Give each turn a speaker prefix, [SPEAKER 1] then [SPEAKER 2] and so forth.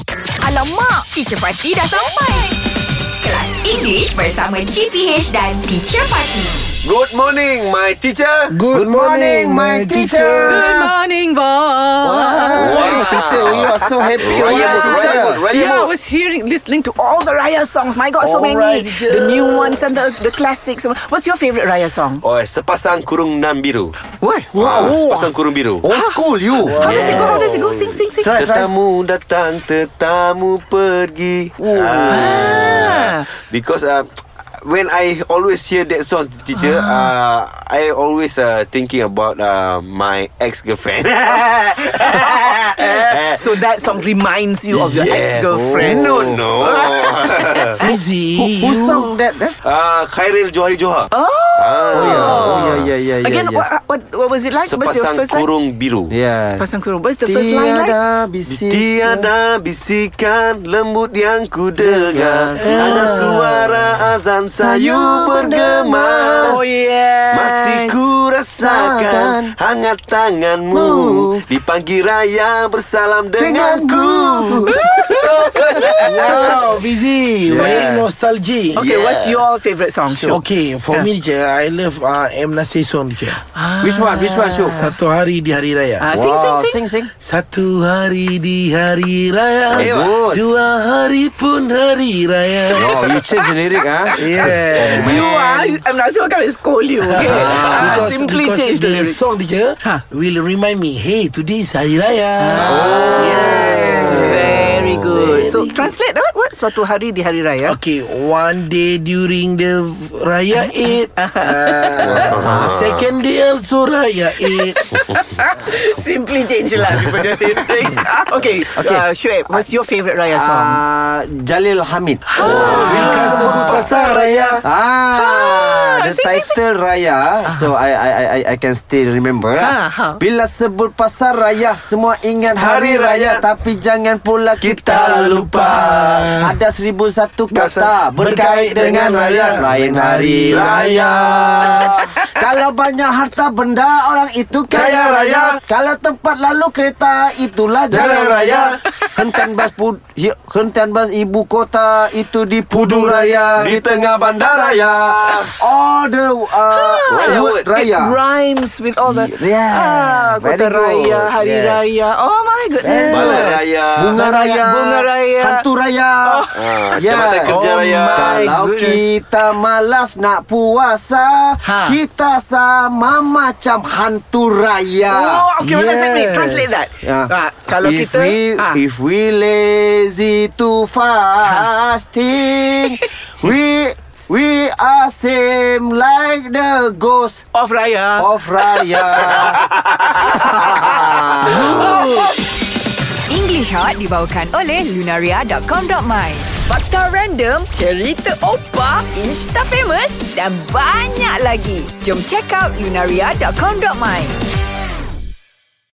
[SPEAKER 1] kacau mak. Teacher Fatih dah sampai. Kelas English bersama GPH dan Teacher Fatih.
[SPEAKER 2] Good morning, my teacher.
[SPEAKER 3] Good morning, my teacher.
[SPEAKER 4] Good morning, boss.
[SPEAKER 3] Wow. Oh,
[SPEAKER 2] Wow.
[SPEAKER 3] Teacher, you are so happy.
[SPEAKER 2] Raya
[SPEAKER 3] Wow,
[SPEAKER 2] mood,
[SPEAKER 3] teacher.
[SPEAKER 2] Raya mood, Raya
[SPEAKER 4] Yeah, I
[SPEAKER 2] mood.
[SPEAKER 4] was hearing, listening to all the Raya songs. My God, so
[SPEAKER 3] All
[SPEAKER 4] many.
[SPEAKER 3] right, teacher.
[SPEAKER 4] the new ones and the, the classics. What's your favorite Raya song?
[SPEAKER 2] Oh, sepasang kurung nan biru.
[SPEAKER 4] What?
[SPEAKER 2] Ah,
[SPEAKER 3] Wow.
[SPEAKER 2] sepasang kurung biru.
[SPEAKER 4] Oh,
[SPEAKER 3] Old school, you.
[SPEAKER 4] How does it go? How does it go? Sing, sing, sing.
[SPEAKER 3] Try, try.
[SPEAKER 2] Tetamu datang, tetamu pergi.
[SPEAKER 4] Oh. Ah.
[SPEAKER 2] Because uh, when I always hear that song, teacher,
[SPEAKER 4] Ah.
[SPEAKER 2] uh, I always uh, thinking about uh, my ex-girlfriend.
[SPEAKER 4] Eh, So that song reminds you of your
[SPEAKER 2] Yeah.
[SPEAKER 3] Oh.
[SPEAKER 4] ex-girlfriend.
[SPEAKER 2] No, no.
[SPEAKER 3] Who, who sung that? Eh?
[SPEAKER 2] Ah, Khairil Johari Johar. Oh,
[SPEAKER 3] Oh, yeah, yeah, yeah, yeah.
[SPEAKER 4] Again,
[SPEAKER 3] yeah.
[SPEAKER 4] What, uh, what, what was it like? What's your
[SPEAKER 2] sepasang
[SPEAKER 4] first line?
[SPEAKER 2] kurung biru.
[SPEAKER 3] Yeah.
[SPEAKER 4] Sepasang kurung. What's the first line like?
[SPEAKER 3] Tiada bisik.
[SPEAKER 2] Tiada bisikan lembut yang ku dengar Hanya suara azan sayu bergema
[SPEAKER 4] Oh, yeah.
[SPEAKER 2] Masih ku rasakan hangat tanganmu Di pagi raya bersalam denganku
[SPEAKER 3] Wow, busy. Very
[SPEAKER 2] Yeah.
[SPEAKER 3] nostalgic.
[SPEAKER 4] Okay,
[SPEAKER 2] Yeah.
[SPEAKER 4] what's your favorite song? Syuk?
[SPEAKER 5] Okay, for me je, I love uh, M Nasir Song je.
[SPEAKER 3] Which one? Which one, Syuk?
[SPEAKER 5] Satu hari di hari raya.
[SPEAKER 4] Ah, sing, sing,
[SPEAKER 3] Wow,
[SPEAKER 4] sing.
[SPEAKER 3] sing, sing.
[SPEAKER 5] Satu hari di hari raya.
[SPEAKER 2] Eh, good.
[SPEAKER 5] Dua hari pun hari raya.
[SPEAKER 3] Wow, you change the lyric, ah.
[SPEAKER 5] Yeah.
[SPEAKER 4] You are, I'm not sure come and scold you. Okay, Oh, Ah,
[SPEAKER 5] because,
[SPEAKER 4] simply
[SPEAKER 5] because
[SPEAKER 4] change the lyrics.
[SPEAKER 5] song teacher
[SPEAKER 4] Ha. Ah.
[SPEAKER 5] will remind me, hey, today is hari raya. Oh. Yeah.
[SPEAKER 4] Very good. so translate that. What suatu hari di hari raya?
[SPEAKER 5] Okay, one day during the Raya Eid. Uh, second day also Raya Eid.
[SPEAKER 4] Simply change lah daripada lyrics. Ah, okay, okay. Uh, Shuib, what's your favorite raya song?
[SPEAKER 3] Ah, Jalil Hamid.
[SPEAKER 5] Bila sebut pasal Raya,
[SPEAKER 3] Ah, the
[SPEAKER 4] sing, sing,
[SPEAKER 3] title Raya. So I I I I- I can still remember.
[SPEAKER 4] Ha,
[SPEAKER 3] lah.
[SPEAKER 4] ha.
[SPEAKER 3] Bila sebut pasal Raya, semua ingat Hari
[SPEAKER 2] Hari Raya.
[SPEAKER 3] Raya. Tapi jangan pula
[SPEAKER 2] Kita
[SPEAKER 3] kita lupa. Ada seribu satu
[SPEAKER 2] Kata
[SPEAKER 3] kata berkait dengan Raya selain Hari Raya. Kalau banyak harta benda orang itu
[SPEAKER 2] Kaya
[SPEAKER 3] kaya
[SPEAKER 2] raya.
[SPEAKER 3] raya. Kalau tempat lalu kereta itulah
[SPEAKER 2] Jalan
[SPEAKER 3] jalan
[SPEAKER 2] raya.
[SPEAKER 3] raya. Hentian bas pud, hi- hentian bas ibu kota itu di Pudu Raya.
[SPEAKER 2] Di tengah bandaraya
[SPEAKER 3] All the
[SPEAKER 4] Ah.
[SPEAKER 3] uh,
[SPEAKER 2] Raya word.
[SPEAKER 3] word raya.
[SPEAKER 4] It rhymes with all the
[SPEAKER 3] Yeah,
[SPEAKER 4] ah, kota
[SPEAKER 3] very good.
[SPEAKER 4] raya, hari
[SPEAKER 3] Yeah.
[SPEAKER 4] raya. Oh my goodness.
[SPEAKER 2] Malam raya
[SPEAKER 3] Bunga raya.
[SPEAKER 4] Bunga raya.
[SPEAKER 3] Hantu raya.
[SPEAKER 2] Ah, Jabatan kerja
[SPEAKER 4] Oh
[SPEAKER 2] raya
[SPEAKER 4] my
[SPEAKER 3] Kalau
[SPEAKER 4] goodness.
[SPEAKER 3] kita malas nak puasa,
[SPEAKER 4] Ha.
[SPEAKER 3] kita sama macam hantu raya.
[SPEAKER 4] Oh, okay, yes. technique.
[SPEAKER 3] Yes.
[SPEAKER 4] Translate that.
[SPEAKER 3] Ah.
[SPEAKER 4] Ah, kalau
[SPEAKER 3] if
[SPEAKER 4] kita
[SPEAKER 3] we,
[SPEAKER 4] ah.
[SPEAKER 3] if we lazy to fasting, we we are same like the ghost
[SPEAKER 4] of raya.
[SPEAKER 3] of raya.
[SPEAKER 1] English Hot dibawakan oleh Lunaria.com.my Fakta random, cerita opa, insta famous dan banyak lagi. Jom check out Lunaria.com.my